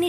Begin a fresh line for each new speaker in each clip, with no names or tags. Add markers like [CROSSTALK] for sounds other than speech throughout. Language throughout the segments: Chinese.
你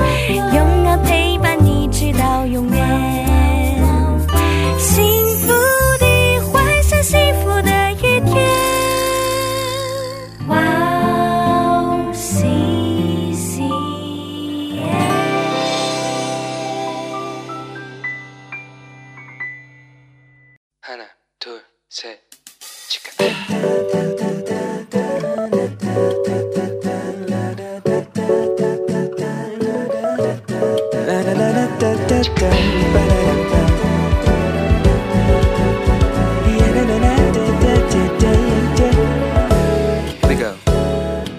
远陪伴你直到永远。幸福的幻想，幸福的一天。哇哦，西西耶！
하나, 둘, 셋, 치카. Here we go.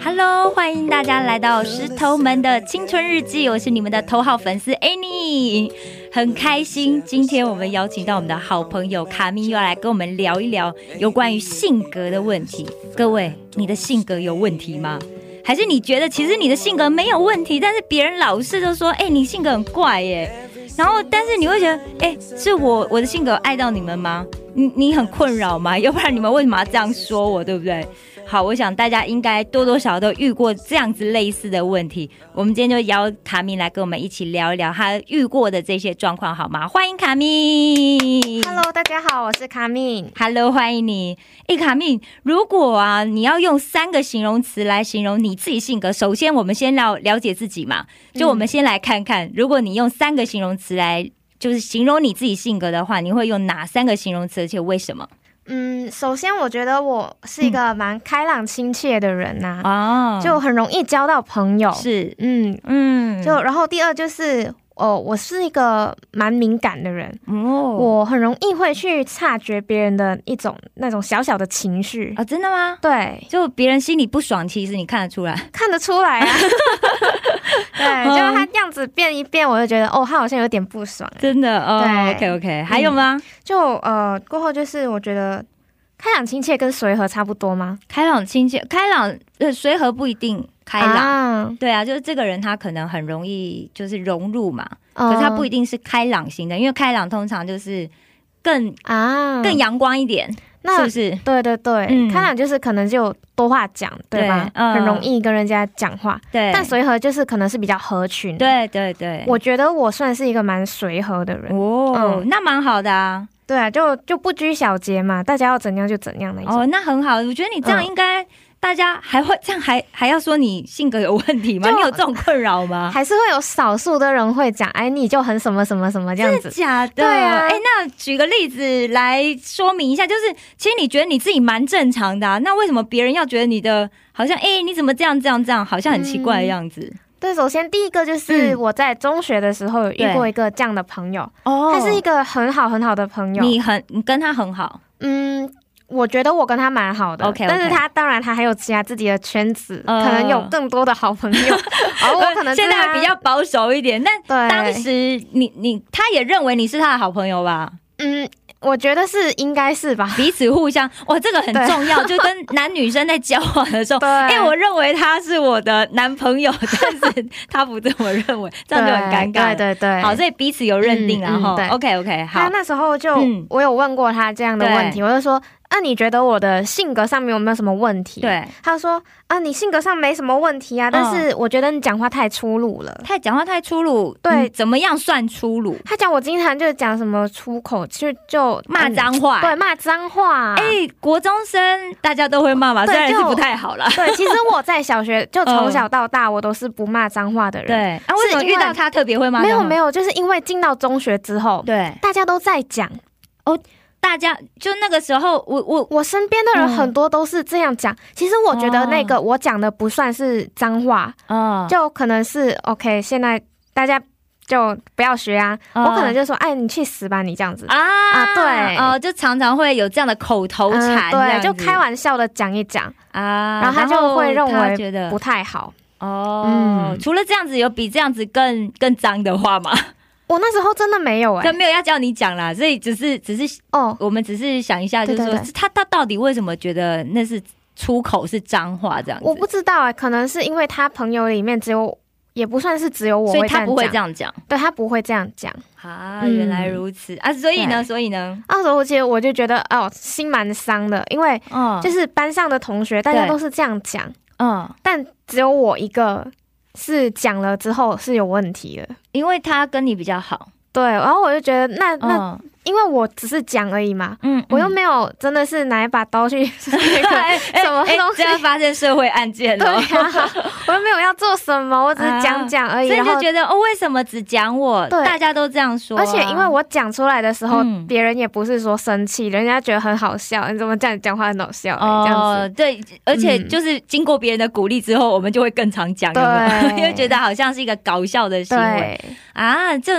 Hello，欢迎大家来到石头门的青春日记，我是你们的头号粉丝 Annie，很开心，今天我们邀请到我们的好朋友卡米，又来跟我们聊一聊有关于性格的问题。各位，你的性格有问题吗？还是你觉得其实你的性格没有问题，但是别人老是就说，哎、你性格很怪耶、然后，但是你会觉得，哎、是我我的性格爱到你们吗？你你很困扰吗？ [LAUGHS] 要不然你们为什么要这样说我，对不对？好，我想大家应该多多少少都遇过这样子类似的问题。我们今天就邀卡米来跟我们一起聊一聊他遇过的这些状况，好吗？欢迎卡米
Hello，大家好，我是卡米。
，Hello，欢迎你。哎，卡米，如果啊你要用三个形容词来形容你自己性格，首先我们先要了解自己嘛，
嗯
就我们先来看看，如果你用三个形容词来就是形容你自己性格的话，你会用哪三个形容词，而且为什么？
嗯，首先我觉得我是一个蛮开朗亲切的人呐、
哦，
嗯就很容易交到朋友。，
是。
嗯，
嗯，
就然后第二就是。哦，我是一个蛮敏感的人，
哦，
我很容易会去察觉别人的一种那种小小的情绪
啊、，真的吗？
对，
就别人心里不爽，其实你看得出来。
看得出来
[LAUGHS]
啊。对，就是他样子变一变，我就觉得哦，他好像有点不爽。
真的哦
对嗯
OK OK，还有吗？
就呃，过后就是我觉得开朗亲切跟随和差不多吗？
开朗亲切，开朗呃随和不一定开朗。
啊
对啊，就是这个人他可能很容易就是融入嘛，
可
可是他不一定是开朗型的，因为开朗通常就是更
啊，
更阳光一点，是
那
不是？
对对对，
嗯
开朗就是可能就多话讲，对吧？
对嗯
很容易跟人家讲话，
对，
但随和就是可能是比较合群。，
对对对，
我嗯觉得我算是一个蛮随和的人，
哦、那蛮好的啊，
对啊，就就不拘小节嘛，大家要怎样就怎样的一种。
哦，那很好，我觉得你这样
嗯
应该。大家还会这样还还要说你性格有问题吗？
就
你有这种困扰吗？
还是会有少数的人会讲，哎，你就很什么什么什么这样
真的
子。
假的？
对啊
哎、那举个例子来说明一下，就是其实你觉得你自己蛮正常的、啊，那为什么别人要觉得你的好像哎、你怎么这样这样这样，好像很奇怪的样子？
对，首先第一个就是
嗯
我在中学的时候有遇
对
过一个这样的朋友，
哦
他是一个很好很好的朋友。
你很你跟他很好
嗯，我觉得我跟他蛮好的
OK，OK
但是他当然他还有其他自己的圈子，
嗯
可能有更多的好朋
[LAUGHS]
友，而我可能
呃现在
[LAUGHS]
比较保守一点，但
对，
当时你你他也认为你是他的好朋友吧？
嗯，我觉得是应该是吧，
彼此互相哇，这个很
对
重要，就跟男女生在交往的时候。
哦对，
[LAUGHS] 哎、我认为他是我的男朋友，但是他不这么认为，这样就很尴尬了。
对对对，
好，所以彼此有认定然
嗯嗯
后
对
OK OK，
他
好，
那时候就、
嗯
我有问过他这样的问题，我就说，那、你觉得我的性格上面有没有什么问题？。
对，嗯
他说啊，你性格上没什么问题啊，但是我觉得你讲话太粗鲁了。
太讲话太粗鲁，
对
嗯怎么样算粗鲁？
他讲我经常就讲什么出口就就
骂
嗯
脏话，
对，骂脏话。啊
哎、国中生大家都会骂嘛，
对
虽然是
就
不太好啦。
对，其实我在小学就从小到大，我都是不骂脏话的
[LAUGHS]
人。
嗯对，啊，为什么
是因
遇
为
到他特别会骂？
没有没
有，
有，就是因为进到中学之后，
对，
大家都在讲，
大家就那个时候，我我
我身边的人
嗯哦
很多都是这样讲。其实我觉得那个我讲的不算是脏话，
啊，
就可能是 OK。现在大家就不要学啊，
嗯
我可能就说，哎，你去死吧，你这样子。
啊嗯
啊对
哦、就常常会有这样的口头禅、这样
嗯对，
子
就开玩笑的讲一讲，
啊，
然后他就会认为
他觉得
不太好。
哦、
嗯
除了这样子，有比这样子更更脏的话吗？
我那时候真的没有哎、
但没有要叫你讲啦，所以只是只是
哦，
我们只是想一下，就是
对
说
对对
他他到底为什么觉得那是出口是脏话这样子？
欸我不知道哎、可能是因为他朋友里面只有也不算是只有我
所以
会
他不会这
样
样讲
讲，对他不会这样讲。
啊，
嗯
原来如此啊，所以呢，所以呢，
那时候我记得我就觉得哦，心蛮伤的，因为
嗯，
就是是班上的同学大家都是这样讲，
嗯，
但只有我一个是讲了之后是有问题的。
因为他跟你比较好，
对，然后我就觉得那那，
嗯
因为我只是讲而已嘛，
嗯，
我又没有真的是拿一把刀去
[LAUGHS]
那个
哎哎
什么
哎
东
这
西
样发生社会案件
对
了。
啊，我又没有要做什么，我只是讲讲而已。
所以
然后
就觉得哦，为什么只讲我？
对
大家都这样说啊、
而且因为我讲出来的时候，
嗯
别人也不是说生气，人家觉得很好笑，你怎么这样讲话很好笑、欸这样
哦
子。，
对，而且
嗯
就是经过别人的鼓励之后，我们就会更常讲，
对
有没有 [LAUGHS] 因为觉得好像是一个搞笑的行为
对，
啊。这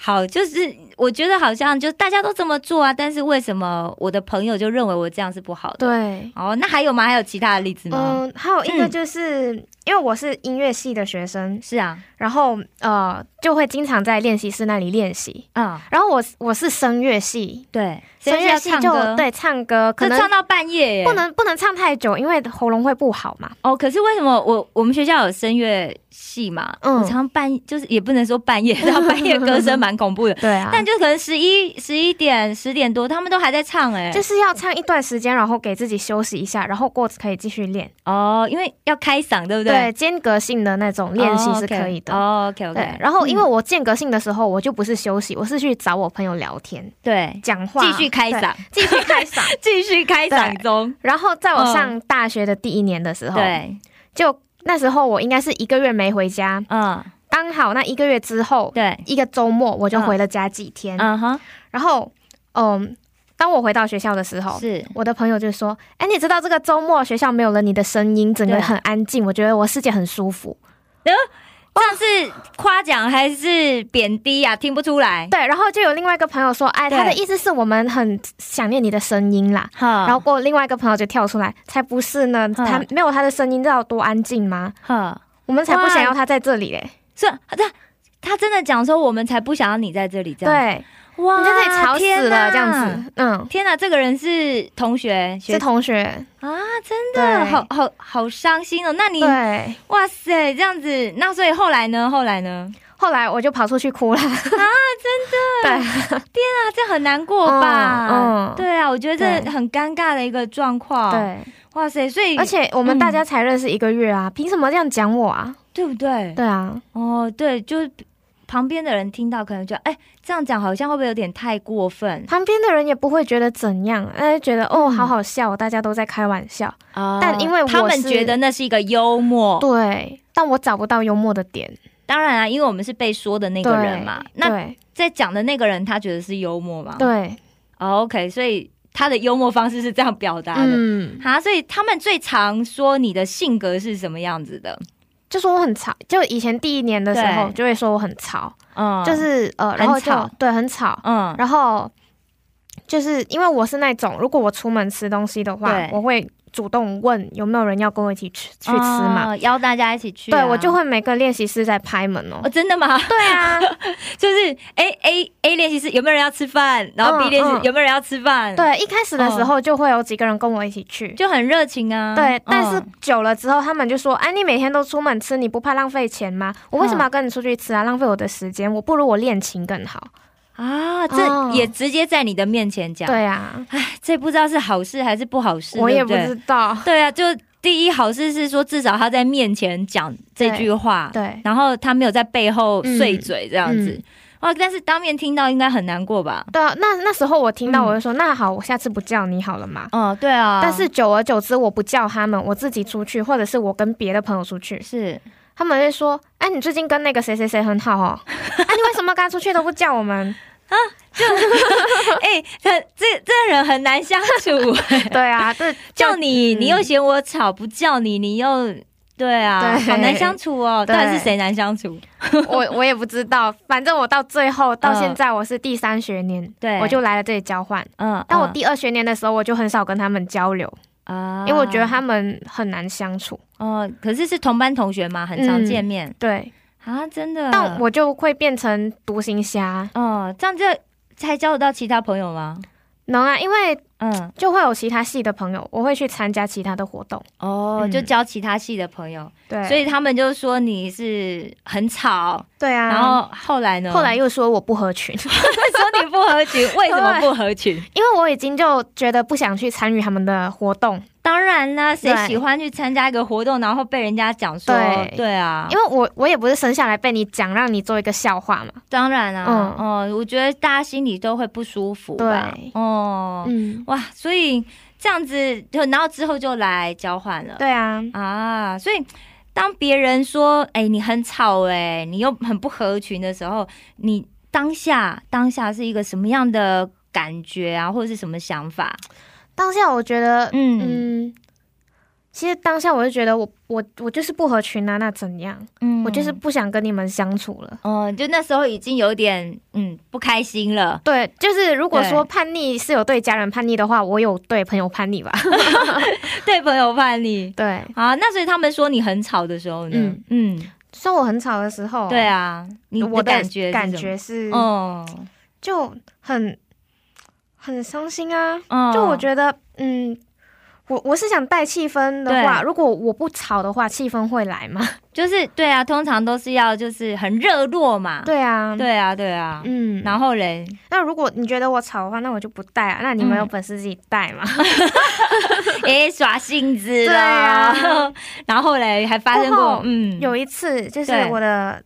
好，就是我觉得好像就大家都这么做啊，但是为什么我的朋友就认为我这样是不好的？
对，
哦，那还有吗？还有其他的例子吗？
嗯，还有一个就是、因为我是音乐系的学生，
是啊，
然后呃就会经常在练习室那里练习。
啊、
然后我我是声乐系，
对，
声乐
所
系
以要唱歌
就，对唱歌可
可
能
唱到半夜耶，
不能不能唱太久，因为喉咙会不好嘛。
哦，可是为什么我我们学校有声乐系嘛？
嗯
我常常半就是也不能说半夜， [LAUGHS] 然后半夜歌声蛮恐怖的，
对啊，
但就可能十一十一点十点多，他们都还在唱哎、
就是要唱一段时间，然后给自己休息一下，然后过可以继续练。
哦，因为要开嗓，对不
对，
对？
间隔性的那种练习是可以的。
哦，OK OK，
对，然后因为我间隔性的时候，我就不是休息，我是去找我朋友聊天、
对
讲话，
继续开
对，
嗓，
继续开嗓。
继续开嗓中，
然后在我上大学的第一年的时候，，
嗯对，
就那时候我应该是一个月没回家，
嗯，
刚好那一个月之后，
对，
一个周末我就回了家几天。
嗯哼，
然后，嗯，当我回到学校的时候，
是
我的朋友就说：“哎，你知道这个周末学校没有了你的声音，整个
对嗯
很安静，我觉得我世界很舒服。
上次夸奖还是贬低啊？听不出来”，
对，然后就有另外一个朋友说：“哎，
对嗯
他的意思是我们很想念你的声音啦。”
哈
然后过后另外一个朋友就跳出来：“才不是
嗯
呢，他没有他的声音，知道多安静吗？
哈，
我们才不
哇
想要他在这里欸嘞。
是他他真的讲说，我们才不想要你在这里”这样子。
对，啊
哇
你在这里吵死了，这样。
天哪
子。嗯，
天哪，这个人是同学，学
是同学，
啊，真的
对
好好好伤心哦。那你
对。
哇塞，这样子，那所以后来呢？后来呢？啊
后来我就跑出去哭了。
那这很难过吧？
嗯
嗯，
嗯
对啊，我觉得这
对
很尴尬的一个状况。，
对，
哇塞，所以
而且我们大
嗯
家才认识一个月啊，凭什么这样讲我啊？
对不对？
对啊，
哦，对，就是旁边的人听到可能觉得，哎，这样讲好像会不会有点太过分
旁边的人也不会觉得怎样，大家就觉得哦，
嗯
好好笑，大家都在开玩笑。
啊
但因为我
他们
是
觉得那是一个幽
哦
默，
对，但我找不到幽默的点。
当然啊，因为我们是被说的那个人嘛。那
对
在讲的那个人，他觉得是幽默嘛？
对，
哦、，OK，所以他的幽默方式是这样表达的。
嗯，
哈，所以他们最常说你的性格是什么样子的？
就说我很吵，就以前第一年的时候
对
就会说我很吵，
嗯，
就是呃，然后就
很吵
对很吵，
嗯，
然后就是因为我是那种，如果我出门吃东西的话
对，
我会主动问有没有人要跟我一起去去吃嘛。
哦邀大家一起去啊、
对，我就会每个练习室在拍门哦
哦，。嗯真的吗？ [LAUGHS]
对啊，
就是哎 A A 练习室有没有人要吃饭？然后
嗯
B 练习室
嗯
有没有人要吃饭？，
对，一开始的时候就会有几个人跟我一起去，
哦就很热情啊。
对
嗯，
但是久了之后，他们就说：“哎、你每天都出门吃，你不怕浪费钱吗？我
嗯
为什么要跟你出去吃啊？浪费我的时间，我不如我练琴更好。
啊，
哦
这也直接在你的面前”讲，
对啊，
这不知道是好事还 [LAUGHS] 是不好事，
我也
对
不
对
知道。
[LAUGHS] 对啊，就第一好事是说，至少他在面前讲这句话，
对，
然后他没有在背后碎嘴这样子。
嗯
哇！但是当面听到应该很难过吧？
对啊，那那时候我听到，
嗯
我就说：“那好，我下次不叫你好了嘛。
嗯，对啊。
但是久而久之，我不叫他们，我自己出去，或者是我跟别的朋友出去，
是
他们会说：“哎、你最近跟那个谁谁谁很好哦， [LAUGHS] 啊，你为什么跟他出去都不叫我们
[LAUGHS] 哎、这这这人很难相处。？”
对啊，
[LAUGHS]
这
叫你，
嗯
你又嫌我吵；不叫你，你又对啊，
对
好难相处哦。到
对
底是谁难相处？
[LAUGHS] 我我也不知道，反正我到最后到现在我是第三学年，
嗯对
我就来了这里交换。
嗯，
但我
嗯
第二学年的时候，我就很少跟他们交流，
啊
因为我觉得他们很难相处。
哦，可是是同班同学嘛，很常见面、
对，
啊，真的。嗯
但我就会变成独行侠。
哦，这样这才交得到其他朋友吗？
能啊，因为
嗯，
就会有其他系的朋友，我会去参加其他的活动。
哦，
嗯
就交其他系的朋友，
对，
所以他们就说你是很吵，
对啊，
然后后来呢？
后来又说我不合群， [LAUGHS]
说你不合群，为什么不合群？
因为我已经就觉得不想去参与他们的活动，
[LAUGHS] 当然啦，谁
对
喜欢去参加一个活动，然后被人家讲说，
对
对啊，
因为我我也不是生下来被你讲让你做一个笑话嘛。
当然啊，
嗯
哦，我觉得大家心里都会不舒服吧，
对
哦，
嗯，
哇，所以这样子就，然后之后就来交换了，
对啊，
啊，所以当别人说，哎、你很吵、哎，你又很不合群的时候，你当下当下是一个什么样的感觉啊，或者是什么想法？
当下我觉得，
嗯
嗯，其实当下我就觉得我我我就是不合群啊，那怎样？
嗯
我就是，不想跟你们相处了。
哦、就那时候已经有点嗯不开心了， [LAUGHS]
对，就是如果
对
说叛逆是有对家人叛逆的话，我有对朋友叛
[LAUGHS]
逆吧？
对朋友叛逆。
对，
啊，那所以他们说你很吵的时候呢，
嗯
嗯
说我很吵的时候，
对，啊，你
我
的
的
感觉
感
是什么，
觉是，
哦，
就很很伤心啊。
嗯
就我觉得，嗯，我我是想带气氛的话，如果我不吵的话，气氛会
[LAUGHS]
来吗？
就是对啊，通常都是要就是很热络嘛，
对啊，，
对啊，对啊，
嗯。
然后嘞，
那如果你觉得我吵的话，那我就不带啊。那你们
嗯
有本事自己带嘛？
[LAUGHS] 诶，哎耍性子了，
对啊
[LAUGHS] 然后嘞还发生
过
过
后，
嗯，
有一次就是
对
我的。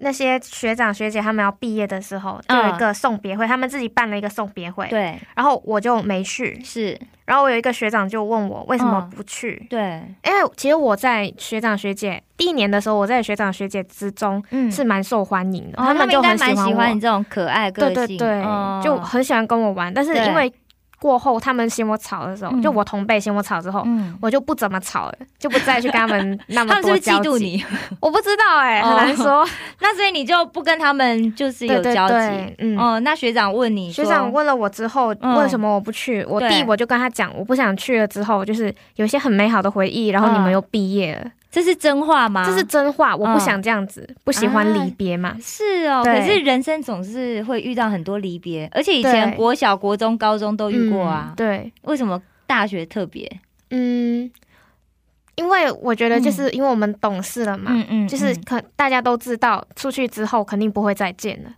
那些学长学姐他们要毕业的时候，就
嗯
有一个送别会，他们自己办了一个送别会，
对
然后我就没去。
是，
然后我有一个学长就问我为什么
嗯
不去，
对，
因为其实我在学长学姐第一年的时候，我在学长学姐之中
嗯
是蛮受欢迎
哦
的，他
们
们就
应该
很
蛮喜
欢我
欢你这种可爱个
对
性，
对对，
哦
就很喜欢跟我玩。但是
对
因为过后他们嫌我吵的时候，
嗯
就我同辈嫌我吵之后，
嗯，
我就不怎么吵了，就不再去跟他
[LAUGHS]
们那
他们是
么多
不是
交
嫉妒
集。
你？ [LAUGHS]
我不知道哎、很难说。
那所以你就不跟他们就是有
对对
交集。
对，嗯。
哦，那学长问你说，
学长问了我之后，
嗯
为什么我不去？我
对
弟我就跟他讲，我不想去了。之后就是有一些很美好的回忆，然后你们
嗯
又毕业了，
这是真话吗？
这是真话。我
嗯啊
不想这样子，不喜欢离别嘛。
是哦，
对
可是人生总是会遇到很多离别，而且以
对
前国小、国中、高中都遇过啊
嗯，对，
为什么大学特别？
嗯，因为我觉得就是因为我们懂事了嘛，
嗯嗯
就是
嗯
可大家都知道，出去之后肯定不会再见了。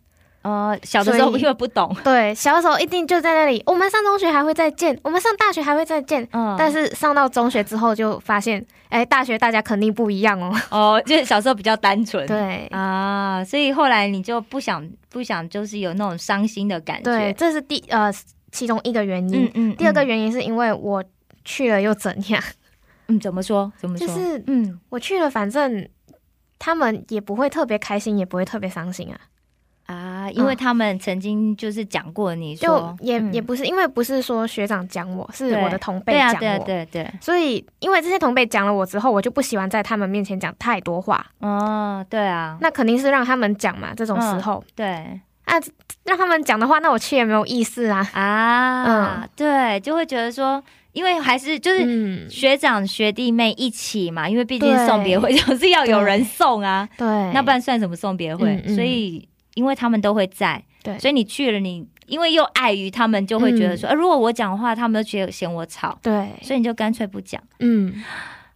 呃，小的时候
嗯所以
因为不懂，
对，小的时候一定就在那里，我们上中学还会再见，我们上大学还会再见。
嗯，
但是上到中学之后，就发现，哎，大学大家肯定不一样哦。
哦，就是小时候比较单纯，
对，
啊，所以后来你就不想不想，就是有那种伤心的感觉，
对，这是第呃其中一个原因。
嗯嗯。
第二个
嗯，
原因是因为我去了又怎样？
嗯，怎么说？怎么说？
就是
嗯
我去了，反正他们也不会特别开心，也不会特别伤心啊。
啊，因为
嗯
他们曾经就是讲过你
就
说，
也、
嗯
也不是，因为不是说学长讲我，是
对
我的同辈
对
讲
啊，
我。
对啊，对啊对啊，
所以，因为这些同辈讲了我之后，我就不喜欢在他们面前讲太多话。
哦，对啊，
那肯定是让他们讲嘛，这种
嗯
时候、
对
让他们讲的话，那我去也没有意思啊。
啊
嗯，
对，就会觉得说，因为还是就是
嗯，
学长学弟妹一起嘛，因为毕竟
对
送别会 [LAUGHS] 就是要有人送啊，
对，嗯
那不然算什么送别会？
哎嗯嗯
所以因为他们都会在，
对嗯
所以你去了你，因为又碍于他们，就会觉得说，呃如果我讲话，他们都觉得嫌我吵，
对，
所以你就干脆不讲。
嗯，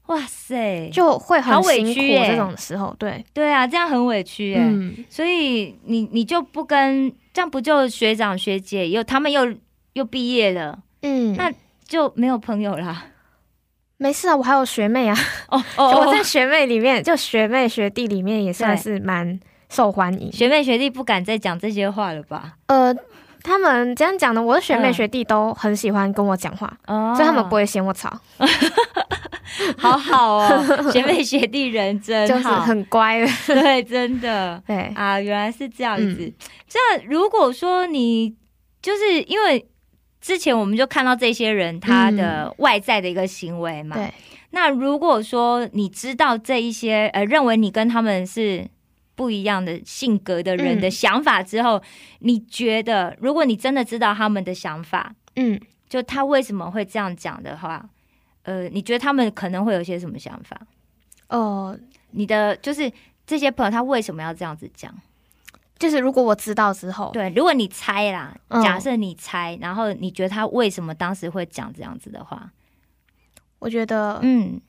哇塞，
就会
好
很
委
辛苦
屈耶
这种时候，对，
对啊，这样很委屈哎、
嗯，
所以你你就不跟这样不就学长学姐又他们又又毕业了，
嗯，
那就没有朋友
[LAUGHS]
啦。
没事啊，我还有学妹啊，
哦哦，哦
我在学妹里面， [LAUGHS] 就学妹学弟里面也算是蛮受欢迎。
学妹学弟不敢再讲这些话了吧？
呃，他们这样讲的，我的学妹
嗯
学弟都很喜欢跟我讲话，
哦，
所以他们不会嫌我吵，
好好
[LAUGHS]
哦，学妹学弟人真
就是
好，
很乖的。
对，真的。
对，
[LAUGHS] 啊，原来是这样子
嗯。
这、如果说你就是因为之前我们就看到这些人他的外在的一个行为嘛，
嗯对。
那如果说你知道这一些呃，认为你跟他们是不一样的性格的人
嗯
的想法之后，你觉得如果你真的知道他们的想法，
嗯，
就他为什么会这样讲的话，呃，你觉得他们可能会有些什么想法？
哦，
你的就是这些朋友他为什么要这样子讲？
就是如果我知道之后，
对，如果你猜啦，
嗯
假设你猜，然后你觉得他为什么当时会讲这样子的话，
我觉得
嗯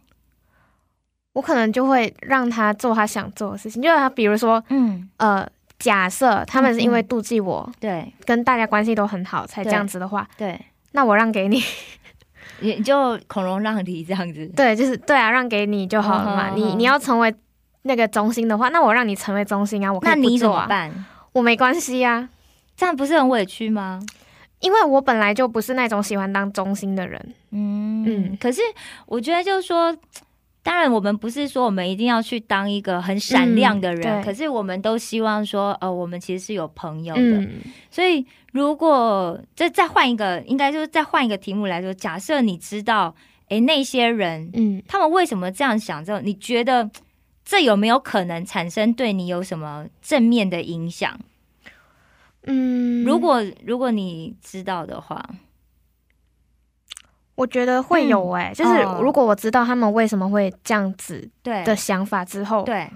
我可能就会让他做他想做的事情，就是他比如说
嗯，
呃，假设他们是因为
嗯嗯
妒忌我
对
跟大家关系都很好才这样子的话，
对，
那我让给你， [LAUGHS]
你就孔融让梨这样子，
对，就是对啊，让给你就好了嘛。
嗯哼嗯
你
哼
你要成为那个中心的话，那我让你成为中心啊，我可
那
以不
你怎
做
么
啊，
办？
我没关系啊，
这样不是很委屈吗？
因为我本来就不是那种喜欢当中心的人，
嗯
嗯
可是我觉得就是说，当然我们不是说我们一定要去当一个很闪亮的人，
嗯对
可是我们都希望说，呃，我们其实是有朋友的。
嗯
所以如果这再换一个，应该就是再换一个题目来说，假设你知道，诶，那些人
嗯，
他们为什么这样想之后，你觉得这有没有可能产生对你有什么正面的影响？
嗯，
如果如果你知道的话，
我觉得会有哎、就是
哦
如果我知道他们为什么会这样子
对
的想法之后，
对嗯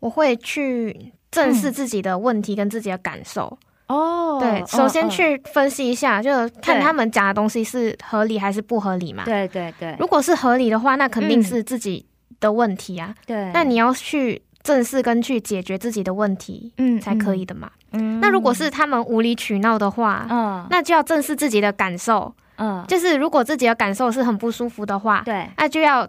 我会去正视自己的问题跟自己的感受。
哦
对，首先、去分析一下，就是看
对
他们讲的东西是合理还是不合理嘛。
对对对
哦如果是合理的话，那肯定
嗯
是自己的问题啊。
对，
那你要去正视跟去解决自己的问题
嗯
才可以。的嘛。
嗯
那如果是他们无理取闹的话，
嗯
那就要正视自己的感受。
嗯
就是如果自己的感受是很不舒服的话，
对
那就要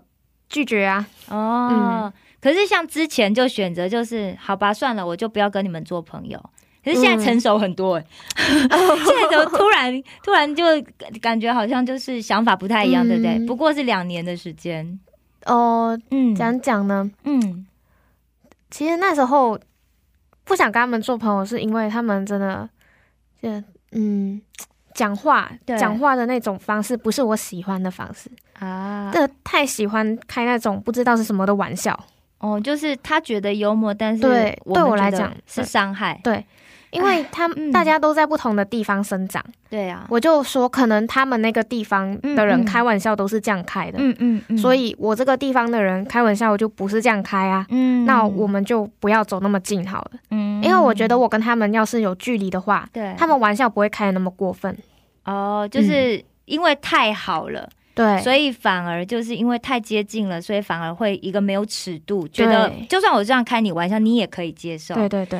拒
[LAUGHS]
绝啊。
哦、可是像之前就选择就是好吧，算了，我就不要跟你们做朋友。可是
嗯
现在成熟很多、欸，
哦
现在怎么突然突然就感觉好像就是想法不太一样，对不对？
嗯
不过是两年的时间，
哦，
嗯，
讲讲呢，
嗯
其实那时候不想跟他们做朋友，是因为他们真的，就嗯，讲话
对
讲话的那种方式不是我喜欢的方式，
啊，
这太喜欢开那种不知道是什么的玩笑。
哦，就是他觉得幽默，但是
对
们
对我来
觉得
讲
是伤害，
因为他
嗯
们大家都在不同的地方生长，
对啊，
我就说可能他们那个地方的
嗯
人
嗯
开玩笑都是这样开的，
嗯嗯嗯，
所以我这个地方的人开玩笑我就不是这样开啊，
嗯，
那我们就不要走那么近好了，
嗯，
因为我觉得我跟他们要是有距离的话，
对
他们玩笑不会开的那么过分。
哦，就是因为太好了，
对，
所以反而就是因为太接近了，所以反而会一个没有尺度，觉得
对
就算我这样开你玩笑，你也可以接受。
对对对，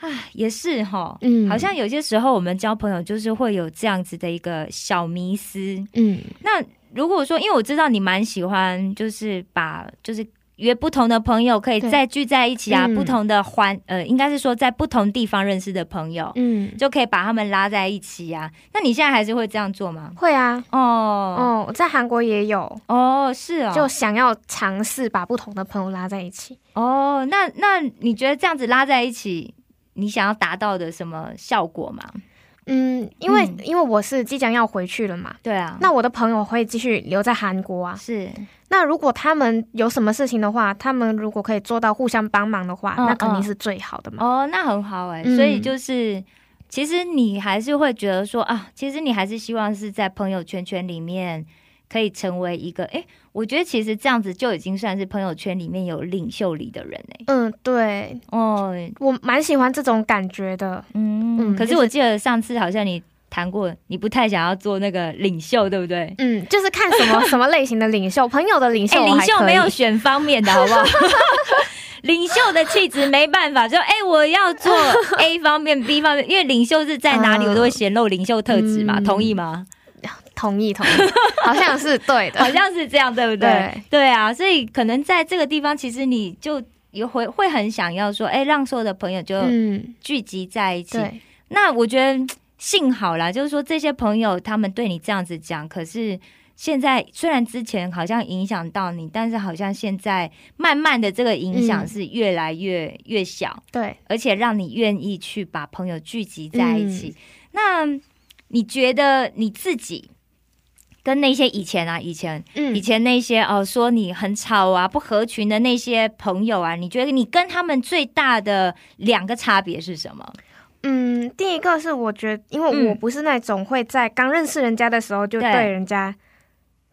啊，也是哈。
嗯
哦好像有些时候我们交朋友就是会有这样子的一个小迷思。
嗯
那如果说，因为我知道你蛮喜欢，就是把就是约不同的朋友可以
对
再聚在一起啊，
嗯
不同的环呃，应该是说在不同地方认识的朋友，
嗯，
就可以把他们拉在一起啊。那你现在还是会这样做吗？
会啊。
哦
哦，在韩国也有，
哦，是哦，
就想要尝试把不同的朋友拉在一起。
哦，那那你觉得这样子拉在一起，你想要达到的什么效果吗？
嗯，因为、
嗯
因为我是即将要回去了嘛，
对啊，
那我的朋友会继续留在韩国啊。
是
那如果他们有什么事情的话，他们如果可以做到互相帮忙的话，
嗯
那肯定是最好的嘛。
哦，那很好哎、
嗯
所以就是。其实你还是会觉得说啊，其实你还是希望是在朋友圈圈里面可以成为一个，哎，我觉得其实这样子就已经算是朋友圈里面有领袖力的人哎、
嗯，对
哦，
我蛮喜欢这种感觉的。
嗯，
嗯
可是
就是
我记得上次好像你谈过，你不太想要做那个领袖，对不对？
嗯，就是看
[LAUGHS]
什么什么类型的领袖，朋友的领袖
哎、
我
领
还可以，
袖没有选方面的好
[LAUGHS]
不好？领袖的气质没办法，就哎、我要
[LAUGHS]
做 A 方面、B 方面，因为领袖是在哪里，
嗯
我都会显露领袖特质嘛，
嗯
同意吗？
同意
[LAUGHS]
同意，好像是对的。
好像是这样，对不对？
[LAUGHS] 对
啊，所以可能在这个地方，其实你就也会会很想要说，哎、让所有的朋友就
嗯，
聚集在一起。
对，
那我觉得幸好啦，就是说这些朋友他们对你这样子讲，可是现在虽然之前好像影响到你，但是好像现在慢慢的这个影响
嗯
是越来越、越小，
对，
而且让你愿意去把朋友聚集在一
嗯
起。那你觉得你自己？跟那些以前啊，以前以
嗯，
前那些哦，说你很吵啊、不合群的那些朋友啊，你觉得你跟他们最大的两个差别是什么？
嗯，第一个是我觉得，
嗯
因为我不是那种会在刚认识人家的时候就
对
对人家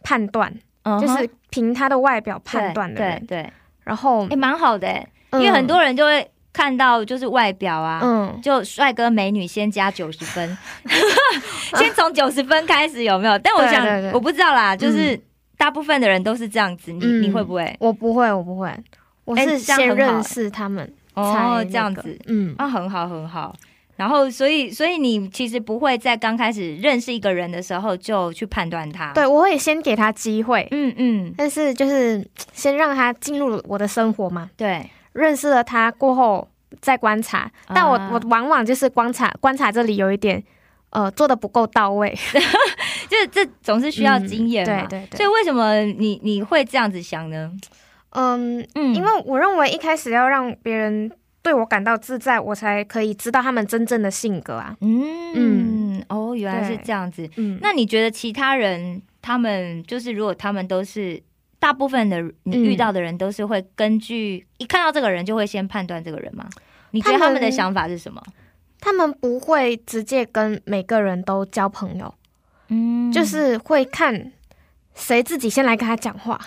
判断，
嗯
就
哼
是凭他的外表判断的人。
对对，
然后
哎，，蛮好的欸，因为
嗯
很多人就会看到就是外表啊，
嗯，
就帅哥美女先加九十
[LAUGHS]
分，先从九十分开始有没有？但我想
对对对
我不知道啦，就是大部分的人都是这样子，你、
嗯
你会不会？
我不会，我不会，我
哎
是
这样很
先
好
认识他们才、
哦，这样子，，
嗯，
啊，很好很好。然后，所以，所以你其实不会在刚开始认识一个人的时候就去判断他。
对，我会先给他机会，
嗯嗯，
但是就是先让他进入我的生活嘛，
对，
认识了他过后再观察，但我、
啊
我往往就是观察观察这里有一点。呃，做的不够到位，
这这总是 [LAUGHS] 需要经验嘛。
嗯对对对
所以为什么你你会这样子想呢？
嗯，
嗯
因为我认为一开始要让别人对我感到自在，我才可以知道他们真正的性格啊。
嗯哦，原来是
对
这样子。
嗯，
那你觉得其他人他们就是如果他们都是大部分的你
嗯
遇到的人都是会根据、一看到这个人就会先判断这个人吗？你觉得他
他
们
们
的想法是什么？
他们不会直接跟每个人都交朋友，
嗯
就是会看谁自己先来跟他讲话。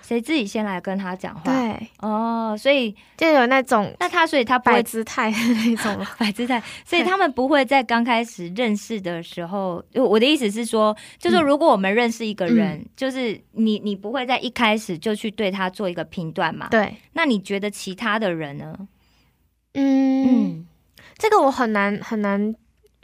谁自己先来跟他讲话。
对，
哦，所以
就有那种
那他所以他不
摆
会
姿态的那
[LAUGHS]
种嘛。
摆姿
[LAUGHS]
态，所以
对
他们不会在刚开始认识的时候，就我的意思是说，就是
嗯
说如果我们认识一个人，就是你你不会在一开始就去对他做一个评断嘛？。
对，
那你觉得其他的人呢？
嗯，
嗯，
这个我很难很难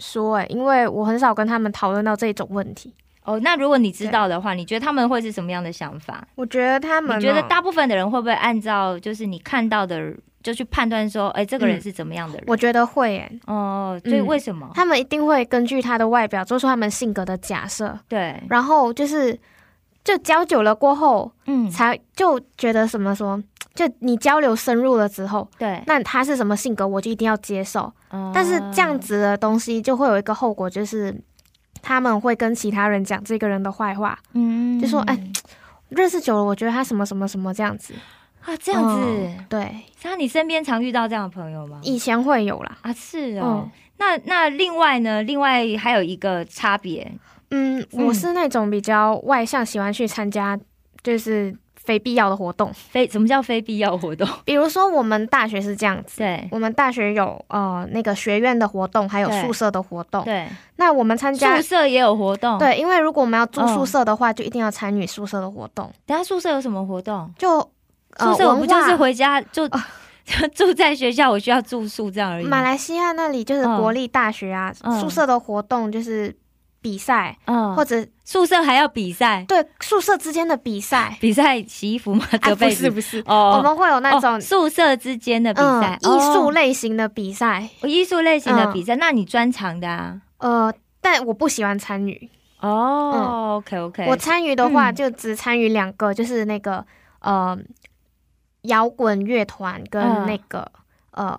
说哎、因为我很少跟他们讨论到这种问题。
哦，那如果你知道的话，你觉得他们会是什么样的想法？
我觉得他们哦、
你觉得大部分的人会不会按照就是你看到的就去判断说，哎、这个人
嗯
是怎么样的人？
我觉得会哎、
哦，所以
嗯
为什么？
他们一定会根据他的外表做出他们性格的假设，
对，
然后就是就交久了过后，
嗯，
才就觉得什么说，就你交流深入了之后，
对，
那他是什么性格，我就一定要接受。
哦
但是这样子的东西就会有一个后果，就是他们会跟其他人讲这个人的坏话，
嗯
就说哎认识久了，我觉得他什么什么什么这样子。
啊，这样子哦
嗯，对，
像你身边常遇到这样的朋友吗？
以前会有啦。
啊，是哦。
嗯
那那另外呢？另外还有一个差别，
嗯，
嗯
我是那种比较外向，喜欢去参加就是非必要的
[LAUGHS]
活动。
非什么叫非必要
[LAUGHS]
活动？
比如说我们大学是这样子，
对
我们大学有呃那个学院的活动，还有
对
宿舍的活动。
对，
那我们参加
宿舍也有活动。，
对，因为如果我们要住
嗯
宿舍的话，就一定要参与宿舍的活动。
等下宿舍有什么活动？
就呃
宿舍我不
文
就是
化哦
回家 [LAUGHS] 就、住在学校，我需要住宿这样而已吗。
马来西亚那里就是
嗯
国立大学啊，
嗯
宿舍的活动就是比赛、
嗯，
或者
宿舍还要比赛，。
对宿舍之间的比赛
比赛洗衣服吗？
哎，
折
不
被
是
子？
不是，
哦
我们会有那种、
哦、宿舍之间的比赛
嗯，艺术
哦
类型的比赛，
艺术类型的
嗯
比赛，那你专长的啊？
呃，但我不喜欢参与。
哦、o k OK，
嗯我参与的话，
嗯
就只参与两个，就是那个呃摇滚乐团
嗯
跟那个、呃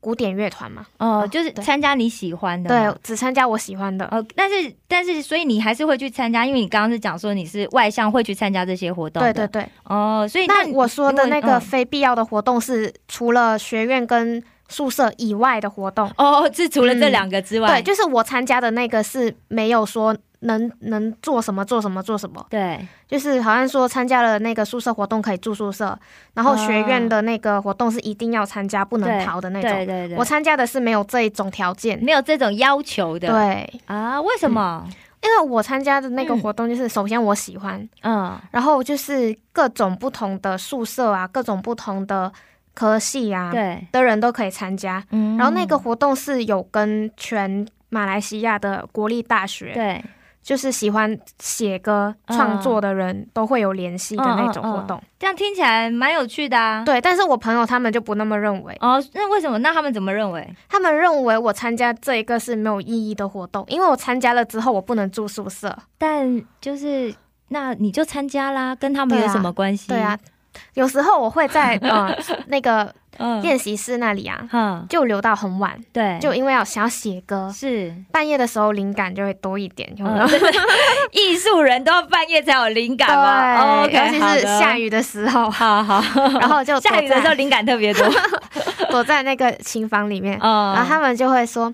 古典乐团嘛。
哦、
哦
就是
对
参加你喜欢的嘛，
对，只参加我喜欢的。
嗯哦，但是但是，所以你还是会去参加，因为你刚刚是讲说你是外向，会去参加这些活动
对
的。
对对。
哦，所以
那
那
我说的那
如果
个
嗯
非必要的活动是除了学院跟宿舍以外的活动。
哦，是除了这两个之外，
嗯对，就是我参加的那个是没有说能能做什么做什么做什么，
对
就是好像说参加了那个宿舍活动可以住宿舍，然后
哦
学院的那个活动是一定要参加不
对
能逃的那
对
种。
对对，
我参加的是没有这一种条件。
没有这种要求的。
对，
啊，为什么？
因为我参加的那个
嗯
活动就是首先我喜欢，
嗯
然后就是各种不同的宿舍啊，各种不同的科系啊，
对，
的人都可以参加。
嗯
然后那个活动是有跟全马来西亚的国立大学，
对，
就是喜欢写歌
嗯
创作的人都会有联系的那种活动。
这样听起来蛮有趣的啊。
对，但是我朋友他们就不那么认为，
哦，那为什么？那他们怎么认为？
他们认为我参加这一个是没有意义的活动，因为我参加了之后我不能住宿舍。
但就是那你就参加啦，跟他们有
对啊
什么关系？
对啊，，有时候我会
[LAUGHS]
在呃那个
嗯，
练习室那里啊，
嗯，
就留到很晚，
对，
就因为要想要写歌，
是
半夜的时候灵感就会多一点，有没有？
嗯，真的 [LAUGHS] 艺术人都要半夜才有灵感吗
[LAUGHS] 对尤其是下
雨，，
雨的时候
好好，
然后就
[LAUGHS] 嗯
躲
下雨的时候
在
灵感特别多。
躲在那个琴房里面，
[LAUGHS] 嗯
然后他们就会说，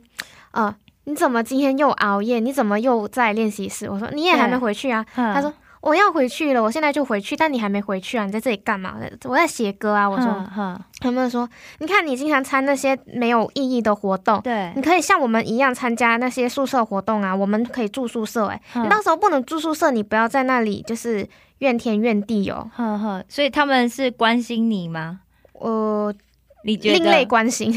呃，你怎么今天又熬夜？你怎么又在练习室？我说你也还没回去啊。
嗯
他说我要回去了，我现在就回去，但你还没回去啊，你在这里干嘛？我在写歌啊。”我说，
哼哼，
他们说：“你看你经常参那些没有意义的活动，
对
你，可以像我们一样参加那些宿舍活动啊，我们可以住宿舍、欸。哎、
嗯
你到时候不能住宿舍，你不要在那里就是怨天怨地哦。
哼哼，所以他们是关心你吗？
呃，
你觉得
另类关心，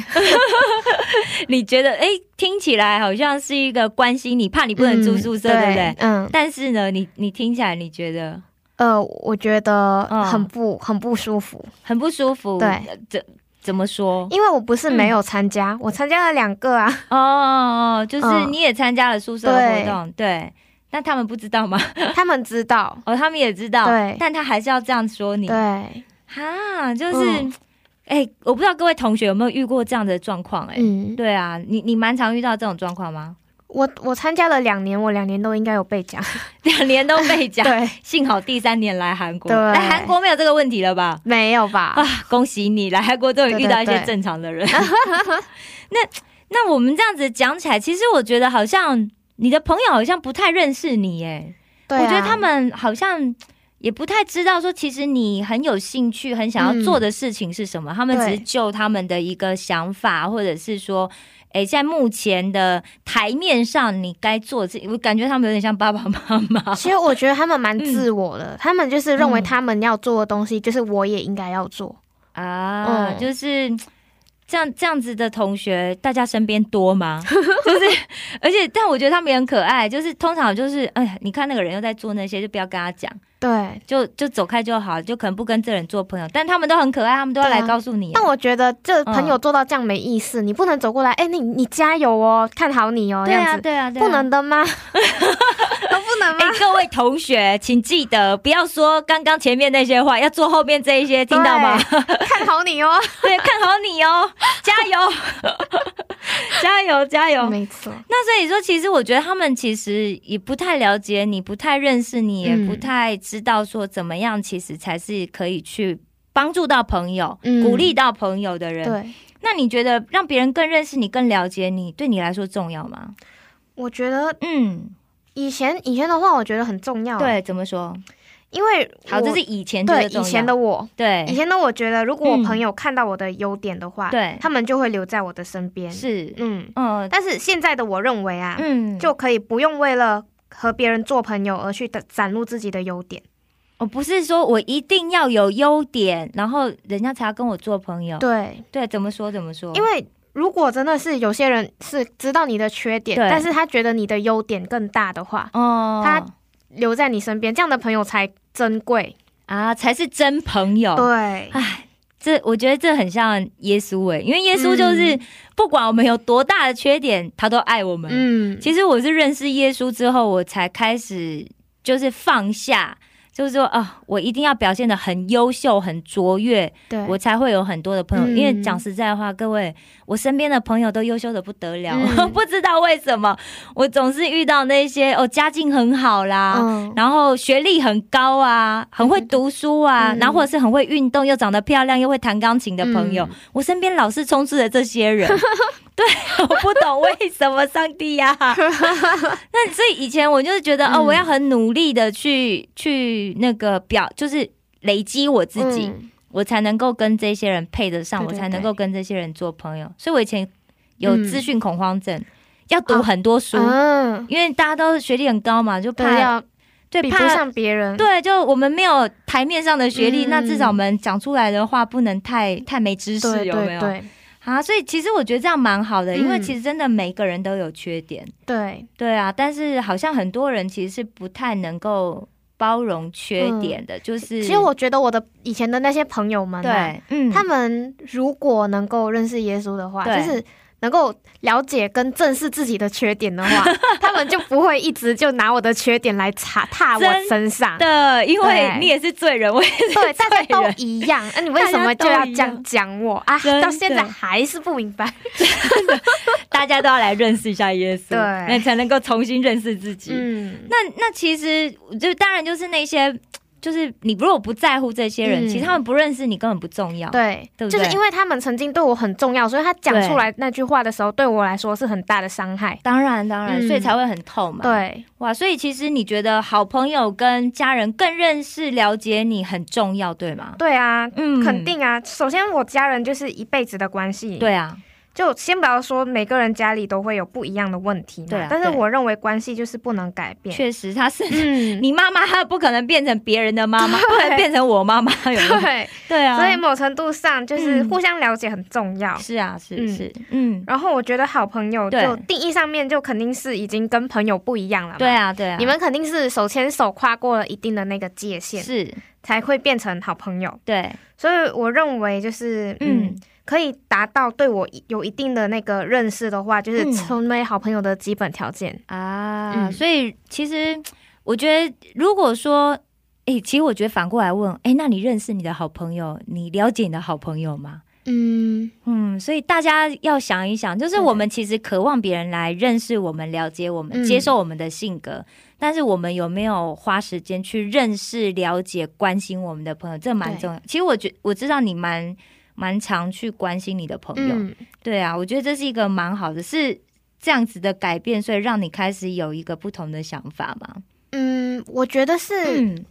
你觉得哎、诶听起来好像是一个关心你，怕你不能住宿舍，
嗯
对不对？？
嗯，
但是呢，你你听起来你觉得
呃，我觉得
嗯
很不、很不舒服，
很不舒服，
对
呃，怎怎么说？
因为我不是
嗯
没有参加，我参加了两个啊。
[LAUGHS] 哦哦，哦就是你也参加了宿舍的活
嗯对
动，对。那他们不知道吗？ [LAUGHS]
他们知道，
哦，他们也知道，
对
但他还是要这样说你，哎
对，
哈，就是，哎、
嗯
我不知道各位同学有没有遇过这样的状况、哎、
嗯，
对啊，你你蛮常遇到这种状况吗？
我我参加了两年，我两年都应该有被讲，
两年都被
[LAUGHS]
讲，
对，
幸好第三年来韩国，
对
来韩国没有这个问题了吧？
没有吧？
啊，恭喜你来韩国，终于遇到一
对对
些
对
正常
[LAUGHS]
的人。那那我们这样子讲起来，其实我觉得好像你的朋友好像不太认识你耶，
对啊
我觉得他们好像。也不太知道说，其实你很有兴趣、很想要做的事情是什么。他们只
嗯对
是就他们的一个想法，或者是说，哎、在目前的台面上你该做的事，我感觉他们有点像爸爸妈妈。
其实我觉得他们蛮自我的，他们就是认为
嗯
他们要做的东西，就是我也应该要做。
啊，
嗯
就是这样这样子的同学，大家身边多吗？
[LAUGHS]
就是，而且但我觉得他们也很可爱，就是通常就是，哎呀，你看那个人又在做那些，就不要跟他讲，
对，
就就走开就好，就可能不跟这人做朋友。但他们都很可爱，他们都要来
对啊
告诉你。
但我觉得
嗯
这朋友做到这样没意思，你不能走过来，哎、你你加油哦，看好你哦，这
对
样
啊，
子、
对啊，对啊
不能。
[LAUGHS]
的吗？都不能
哎
[LAUGHS] 吗？、
各位同学，请记得不要说刚刚前面那些话，要做后面这一些，听到吗？
看好你哦，
[LAUGHS] 对，看好你哦，加油， [LAUGHS] 加油，加油！
没错，
那所以说，其实我觉得他们其实也不太了解你，不太认识你，也
嗯
不太知道说怎么样，其实才是可以去帮助到朋友、
嗯
鼓励到朋友的人。
对，
那你觉得让别人更认识你、更了解你，对你来说重要吗？
我觉得
嗯，
以前以前的话，我觉得很重要，，啊
对，怎么说？
因为
好，
我
这是以前
对
这个重
以
要
前的我，
对
以前的我觉得，如果我
嗯
朋友看到我的优点的话，
对
他们就会留在我的身边，，
是
嗯，
嗯
但是现在的我认为啊，
嗯，
就可以不用为了和别人做朋友而去展展露自己的优点。
我哦不是说我一定要有优点，然后人家才要跟我做朋友。
对，
对，怎么说怎么说？
因为如果真的是有些人是知道你的缺点，
对
但是他觉得你的优点更大的话，
哦，
他留在你身边，这样的朋友才珍贵。
啊，才是真朋友。
对，
这我觉得这很像耶稣欸诶、因为耶稣就是不管我们有多大的缺点，他都爱我们。
嗯，
其实我是认识耶稣之后，我才开始就是放下，就是说啊、我一定要表现的很优秀、很卓越，
对，
我才会有很多的朋友。
嗯
因为讲实在话，各位，我身边的朋友都优秀的不得了，[LAUGHS]
嗯
不知道为什么，我总是遇到那些哦家境很好啦，
嗯，
然后学历很高啊，很会读书啊，
嗯
然后或者是很会运动又长得漂亮又会弹钢琴的朋友，
嗯
我身边老是充斥着这些
[LAUGHS]
人。对，我不懂为什么上帝
[LAUGHS]
呀、那所以以前我就是觉得哦，
嗯
我要很努力的去去那个表，就是累积我自己，
嗯
我才能够跟这些人配得上，
对对
我才能够跟这些人做朋友。所以我以前有
嗯
资讯恐慌症，要读
啊
很多书。
嗯，
因为大家都学历很高嘛，就
对，
怕
要
对
比不
怕
上别人。
对，就我们没有台面上的学历，
嗯
那至少我们讲出来的话不能太太没知识，
对
有没
对
有？
对
啊，所以其实我觉得这样蛮好的，因为
嗯
其实真的每个人都有缺点，
对，
对啊，但是好像很多人其实是不太能够包容缺点的，就是
嗯其实我觉得我的以前的那些朋友们、啊，
对，嗯，
他们如果能够认识耶稣的话，
对
就是能够了解跟正视自己的缺点
[LAUGHS]
的话，他们就不会一直就拿我的缺点来踩踏我身上。
的，因为
对
你也是罪人，我也是
对，大家
罪
都
人
一样，那、你为什么就要这样讲我啊
真的？
到现在还是不明白。
大家都要来认识一下耶稣，
对
那才能够重新认识自己。
嗯，
那那其实就当然就是那些就是你如果不在乎这些人，
嗯
其实他们不认识你根本不重要。
对，
对不
就是
对
因为他们曾经对我很重要，所以他讲出来那句话的时候，对我来说是很大的伤害。
当然，当然，
嗯
所以才会很痛嘛。，
对，
哇，所以其实你觉得好朋友跟家人更认识、了解你很重要，对吗？
对啊，
嗯
肯。定啊。首先，我家人就是一辈子的关系。，
对啊，
就先不要说每个人家里都会有不一样的问题嘛，
对啊
但是
对
我认为关系就是不能改变。
确实他是。 [LAUGHS]
嗯，
你妈妈她不可能变成别人的妈妈，不能变成我妈妈，有没有？
[LAUGHS] 对，
对啊，
所以某程度上就是
嗯
互相了解很重要。
是啊，是
嗯
是，嗯，
然后我觉得好朋友
对
就定义上面就肯定是已经跟朋友不一样了嘛。
对啊，对啊，
你们肯定是手牵手跨过了一定的那个界限，
是
才会变成好朋友。
对，
所以我认为就是，嗯，
嗯，
可以达到对我有一定的那个认识的话，就是
嗯
成为好朋友的基本条件。
啊，
嗯
所以其实我觉得，如果说，哎、其实我觉得反过来问，哎、那你认识你的好朋友，你了解你的好朋友吗？
嗯，
嗯，所以大家要想一想，就是
对
我们其实渴望别人来认识我们、了解我们、
嗯
接受我们的性格，但是我们有没有花时间去认识、了解、关心我们的朋友，这蛮
对
重要。其实我觉我知道你蛮蛮常去关心你的朋友，
嗯，
对啊，我觉得这是一个蛮好的，是这样子的改变，所以让你开始有一个不同的想法嘛。
嗯，我觉得是、
嗯，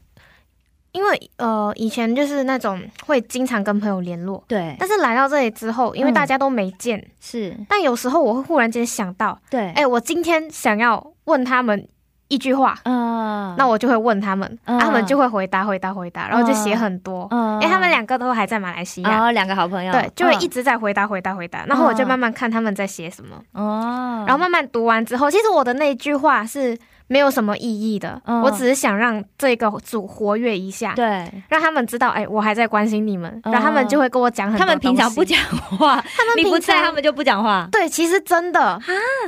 因为呃，以前就是那种会经常跟朋友联络，
对，
但是来到这里之后，因为
嗯
大家都没见，
是，
但有时候我会忽然间想到，
对，
哎、我今天想要问他们一句话，
嗯
那我就会问他们，
嗯
啊他们就会回答回答回答，然后就写很多。
嗯
哎、他们两个都还在马来西亚，
哦，两个好朋友，
对，就会一
嗯
直在回答回答回答。然后我就慢慢看他们在写什么，
哦，
然后慢慢读完之后，其实我的那句话是没有什么意义的，
嗯
我只是想让这个组活跃一下。
对。
让他们知道，哎、我还在关心你们，
嗯
然后他们就会跟我讲很多
他们平常不
东西，
讲话，
他们
你不在，
平常
他们就不讲话。
对，其实真的，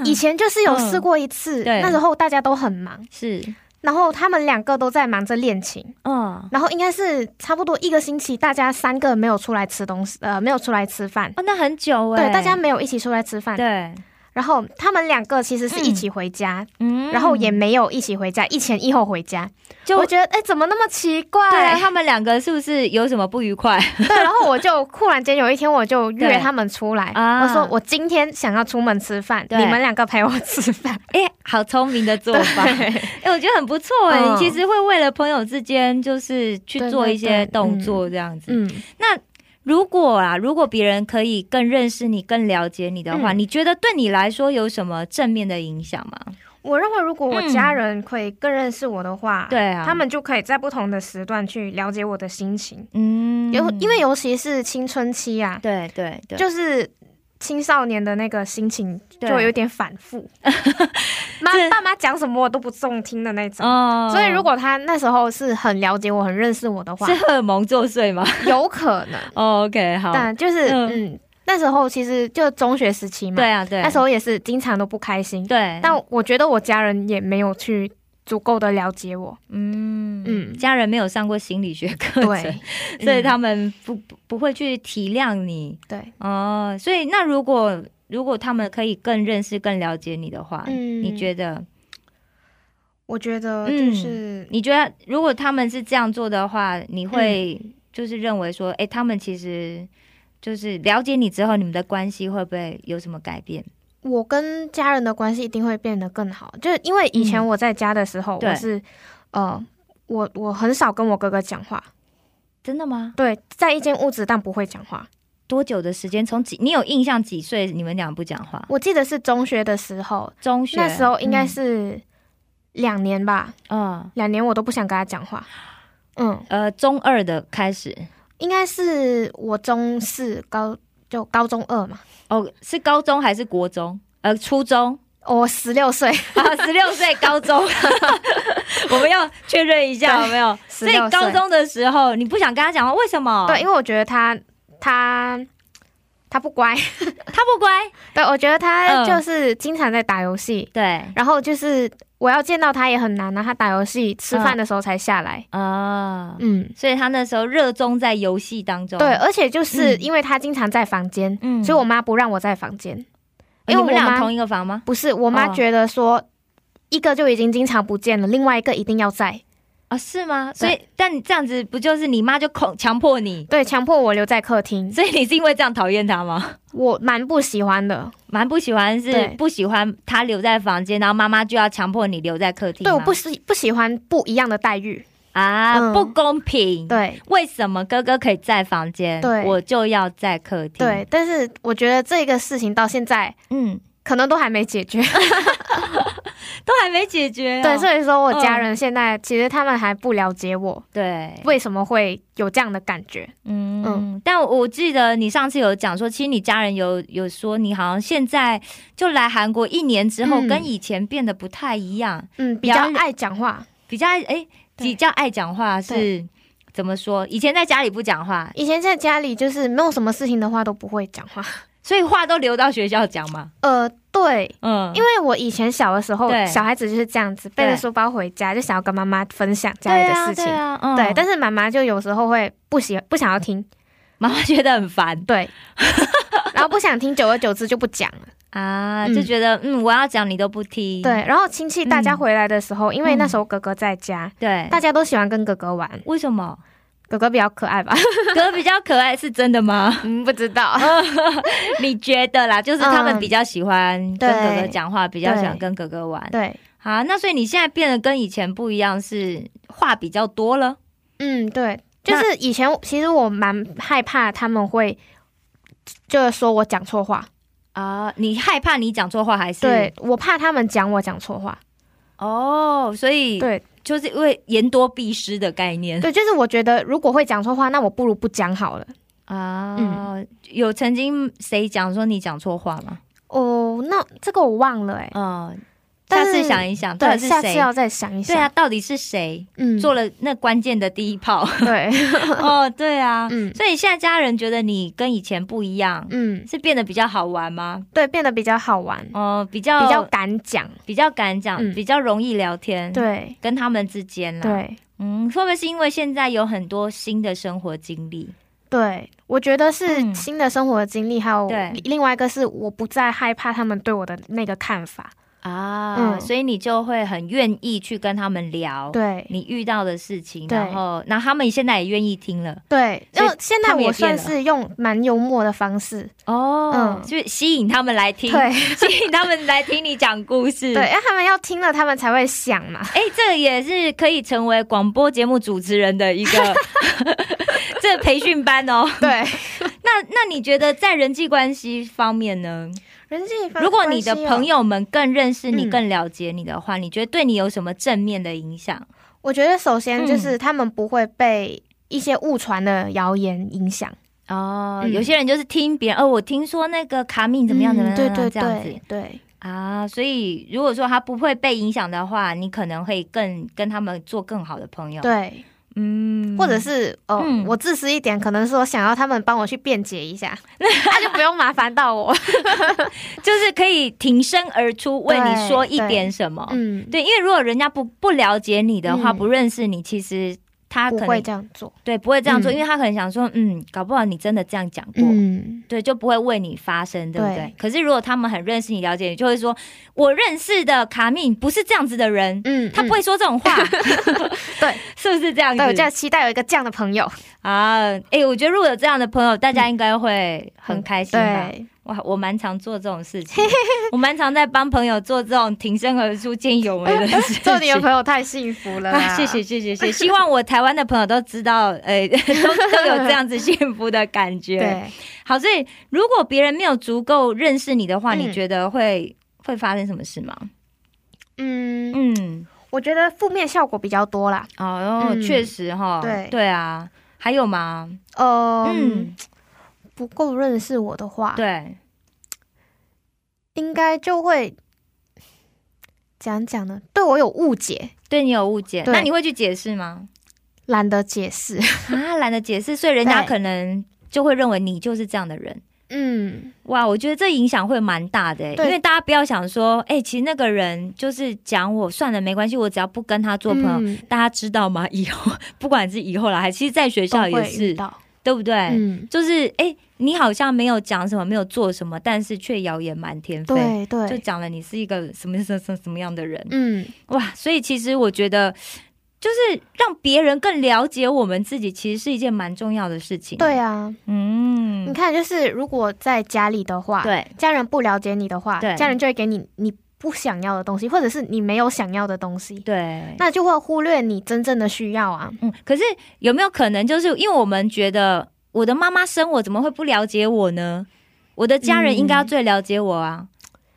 以前就是有试过一次，
嗯对
那时候大家都很忙，
是，
然后他们两个都在忙着恋情，
嗯，
然后应该是差不多一个星期，大家三个没有出来吃东西，呃，没有出来吃饭，
哦，那很久哎、
对，大家没嗯有一起出来吃饭，
对，
然后他们两个其实是一起回家，
嗯
然后也没有一起回家，一前一后回家，
就
我觉得哎、怎么那么奇怪？
对啊，他们两个是不是有什么不愉
[LAUGHS]
快？
对，然后
[LAUGHS]
我就忽然间有一天，我就约
对
他们出来，
啊
我说我今天想要出门吃饭，
对
你们两个陪我吃饭。
哎、好聪明的做法，哎、我觉得很不错哎、
嗯
你其实会为了朋友之间就是去
对
做
对
一些
对
动
嗯
作这样子。
[LAUGHS] 嗯，
如果啊，如果别人可以更认识你、更了解你的话，
嗯
你觉得对你来说有什么正面的影响吗？
我认为如果我
嗯
家人可以更认识我的话，
对啊
他们就可以在不同的时段去了解我的心情。
嗯
尤、因为尤其是青春期啊，
对对对，
就是青少年的那个心情
对
就有点反
[LAUGHS]
复，妈
这
爸妈讲什么我都不中听的那种。
哦
所以，如果他那时候是很了解我、很认识我的话
是，荷尔蒙作祟吗、
[LAUGHS] 有可能。
哦 o k 好，
但就是
嗯
嗯那时候其实就中学时期嘛，
对啊对，
那时候也是经常都不开心。
对，
但我觉得我家人也没有去足够的了
[LAUGHS]
解我，
嗯嗯，
嗯
家人没有上过心理学课程
对，，
所以他
嗯、
们不不不会去体谅你
对，
哦。所以那如果如果他们可以更认识、更了解你的话，
嗯
你觉得？
我觉得就是、嗯
你觉得如果他们是这样做的话，你会就是认为说，哎、他们其实就是了解你之后，你们的关系会不会有什么改变？
我跟家人的关系一定会变得更好，就是因为以前
嗯
我在家的时候，
对
我是呃，我我很少跟我哥哥讲话，
真的吗？
对，在一间屋子但不会讲话。
多久的时间？从几？你有印象几岁？你们俩不讲话？
我记得是中学的时候，
中学
那时候应该是两年吧，
嗯嗯
两年我都不想跟他讲话。嗯，
呃中二的开始
应该是我中四高就高中二嘛，
哦，是高中还是国中？呃，初中
我十六岁，
啊，十六岁高中， [LAUGHS] 我们要确认一下
对
有没有？所以
16岁
高中的时候，你不想跟他讲话，为什么？
对，因为我觉得他他他不乖， [LAUGHS]
他不乖。
对我觉得他
嗯
就是经常在打游戏，
对
然后就是我要见到他也很难啊，他打游戏吃
嗯
饭的时候才下来，
啊，
嗯，
所以他那时候热衷在游戏当中。
对，而且就是
嗯
因为他经常在房间，
嗯
所以我妈不让我在房间，
哎
因为
你
我
们俩同
妈
一个房吗？
不是我妈
哦
觉得说。一个就已经经常不见了，另外一个一定要在，
哦，是吗？所以，但你这样子不就是你妈就恐强迫你？
对，强迫我留在客厅，
所以你是因为这样讨厌她吗？ [LAUGHS]
我蛮不喜欢的。
蛮不喜欢是
对
不喜欢她留在房间，然后妈妈就要强迫你留在客厅吗。
对，我不喜不喜欢不一样的待遇。
啊、
嗯
不公平。，
对
为什么哥哥可以在房间，
对
我就要在客厅？
对，，但是我觉得这个事情到现在
嗯，
可能都还没 [LAUGHS] 解决。
都还没解决哦、
对，所以说我家人现在其实他们还不了解我
对，
为什么会有这样的感觉。
嗯
嗯
但我记得你上次有讲说，其实你家人有有说你好像现在就来韩国一年之后，
嗯
跟以前变得不太一样，
嗯，比
比较
较爱讲话。
比较哎，
对
比较爱讲话是怎么说？以前在家里不讲话，
以前在家里就是没有什么事情的话都不会讲话。
所以话都留到学校讲嘛。
呃，对，
嗯，
因为我以前小的时候
对，
小孩子就是这样子背
对
着书包回家，就想要跟妈妈分享家
对
里的
啊
事情。
对啊，嗯
对，但是妈妈就有时候会不喜不想要听，
妈妈觉得很烦
对， [LAUGHS] 然后不想听，久而久之就不讲了。
啊，
嗯
就觉得嗯，我要讲你都不听。
对，然后亲戚大家
嗯
回来的时候，因为那
嗯
时候哥哥在家，
对，
大家都喜欢跟哥哥玩，
为什么 [LAUGHS]
哥哥比较可爱吧？
哥比较可爱是真的吗？
嗯，不知道。
[LAUGHS] 你觉得啦，就是他们
嗯
比较喜欢跟哥
对
哥讲话，比较喜欢
对
跟哥哥玩。
[LAUGHS] 对，
好，那所以你现在变得跟以前不一样，是话比较多了。
嗯，对，就是以前其实我蛮害怕他们会。就是说我讲错话，
啊、你害怕你讲错话还是
对我怕他们讲我讲错话，
哦所以
对
就是因为言多必失的概念
[LAUGHS] 对，就是我觉得如果会讲错话，那我不如不讲好了。
啊、有曾经谁讲说你讲错话吗？
哦，那这个我忘了哎、
嗯，下
但是
次想一想，到
对，
底是
下次
谁？
要再想一
对
想。
啊，，到底是谁、
嗯
做了那关键的第一
[LAUGHS]
炮？
对，
哦，对啊，
嗯
所以现在家人觉得你跟以前不一样，
嗯，
是变得比较好玩吗？
对，变得比较好玩，
哦、比较
嗯比较敢讲。
比较敢讲、
嗯
比较容易聊天，，
对
跟他们之间啦，，
对
嗯，会不会是因为现在有很多新的生活经历？
对，我觉得是
嗯
新的生活的经历，还有
对
另外一个是我不再害怕他们对我的那个看法。
啊，
嗯
所以你就会很愿意去跟他们聊
对
你遇到的事情，
对
然后那他们现在也愿意听了
对，
所以
然后现
他
在
们也
我
变
算
了
是用蛮幽默的方式，
哦
嗯
就是吸引他们来听，[LAUGHS]
对 [LAUGHS]
吸引他们来听你讲故事。
对，因为他们要听了，他们才会想嘛。
哎，这个也是可以成为广播节目主持人的一
[LAUGHS]
个 [LAUGHS] 这培训班哦。
对， [LAUGHS]
那那你觉得在人际关系方面呢？
人际
如果你的朋
友，
友们更认识你、
啊嗯
更了解你的话，你觉得对你有什么正面的影响？
我觉得首先
嗯
就是他们不会被一些误传的谣言影响。
哦，
嗯
有些人就是听别人，哦，我听说那个卡米怎么样怎么样，
对嗯对
这样子
对对
啊，所以如果说他不会被影响的话，你可能会更跟他们做更好的朋友，，
对。
嗯
或者是哦、
嗯
我自私一点，可能说想要他们帮我去辩解
[LAUGHS]
一下，那就不用麻烦到我。
就是可以挺身而出，为
对
你说一点什么，
嗯，
对，因为如果人家不不了解你的话，
嗯
不认识你，其实他
不
可
会
能
这样做。
对不会这样做，
嗯
因为他可能想说，嗯，搞不好你真的这样讲过，
嗯，
对，就不会为你发声，对不对？
对
可是如果他们很认识你、了解你，就会说：“我认识的卡密不是这样子的人，
嗯
他不会说这种话。
[LAUGHS]
[LAUGHS]
对，
是不是这样
对我这
子
样期待有一个这样的朋友，
啊？哎、我觉得如果有这样的朋友，大家应该会很开心吧？
嗯对
哇，我蛮常做这种事情，
[LAUGHS]
我蛮常在帮朋友做这种挺身而出、见义勇为
[LAUGHS]
的事情。
做你的朋友太幸福了、
啊， [LAUGHS] 谢谢。谢谢谢谢，希望我台湾的朋友都知道，呃， [LAUGHS] 都都有这样子幸福的感觉。
对，
好，所以如果别人没有足够认识你的话，
嗯
你觉得会会发生什么事吗？
嗯，
嗯，
我觉得负面效果比较多啦。
哦，
嗯
确、实哈，
对
对啊，还有吗？
呃，
嗯，
不够认识我的话，
对，
应该就会讲讲呢，对我有误解，
对你有误解，
对
那你会去解释吗？
懒得解释。
啊，懒得解释，所以人家
对
可能就会认为你就是这样的人。
嗯，
哇，我觉得这影响会蛮大的、欸
对
因为大家不要想说，哎、其实那个人就是讲我算了，没关系，我只要不跟他做朋友。
嗯
大家知道吗？以后 [LAUGHS] 不管是以后啦，还其实在学
都
校也
会遇
是，
到。
对不对？
嗯，
就是哎、诶你好像没有讲什么，没有做什么，但是却谣言满天飞，
对对，
就讲了你是一个什么什么什么样的人、 [LAUGHS]
嗯，
哇！所以其实我觉得。就是让别人更了解我们自己，其实是一件蛮重要的事情。
对，啊，你
嗯，
看，就是如果在家里的话，，
对，
家人不了解你的话，
对
家人就会给你你不想要的东西，或者是你没有想要的东西，
对。
那就会忽略你真正的需要啊。
嗯，可是有没有可能，就是因为我们觉得我的妈妈生我，怎么会不了解我呢？我的家人应
嗯
该要最了解我啊。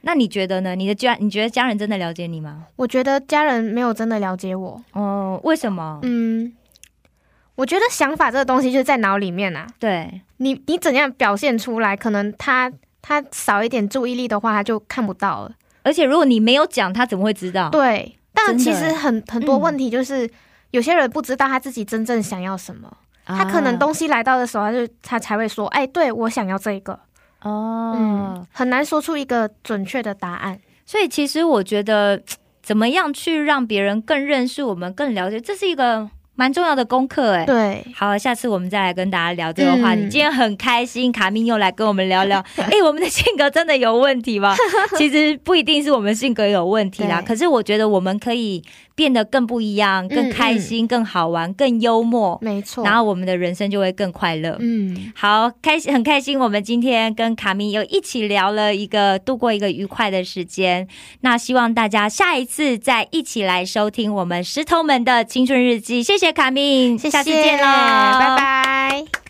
那你觉得呢？你的家，你觉得家人真的了解你吗？
我觉得家人没有真的了解我，
哦，为什么？
嗯，我觉得想法这个东西就是在脑里面啊，
对，
你你怎样表现出来，可能他他少一点注意力的话，他就看不到了。
而且如果你没有讲，他怎么会知道？
对，但
哦真的
其实
欸
很很多
嗯
问题就是。有些人不知道他自己真正想要什么，
啊，
他可能东西来到的时候，他就他才会说：“哎，对我想要这个。”
哦、
嗯，很难说出一个准确的答案。
所以其实我觉得，怎么样去让别人更认识我们、更了解，这是一个蛮重要的功课哎。
对，
好，下次我们再来跟大家聊这个话题。
嗯
今天很开心，卡米又来跟我们聊
[LAUGHS]
聊。哎、我们的性格真的有问题吗？其实不一定是我们性格有问题啦，
对
可是我觉得我们可以变得更不一样、更开心、更好玩、更幽默，
嗯没错。
然后我们的人生就会更快乐。
嗯，
好，开心，很开心，我们今天跟卡米又一起聊了一个度过一个愉快的时间。那希望大家下一次再一起来收听我们石头们的青春日记。谢谢卡米，
谢谢，
下次见喽，
拜拜。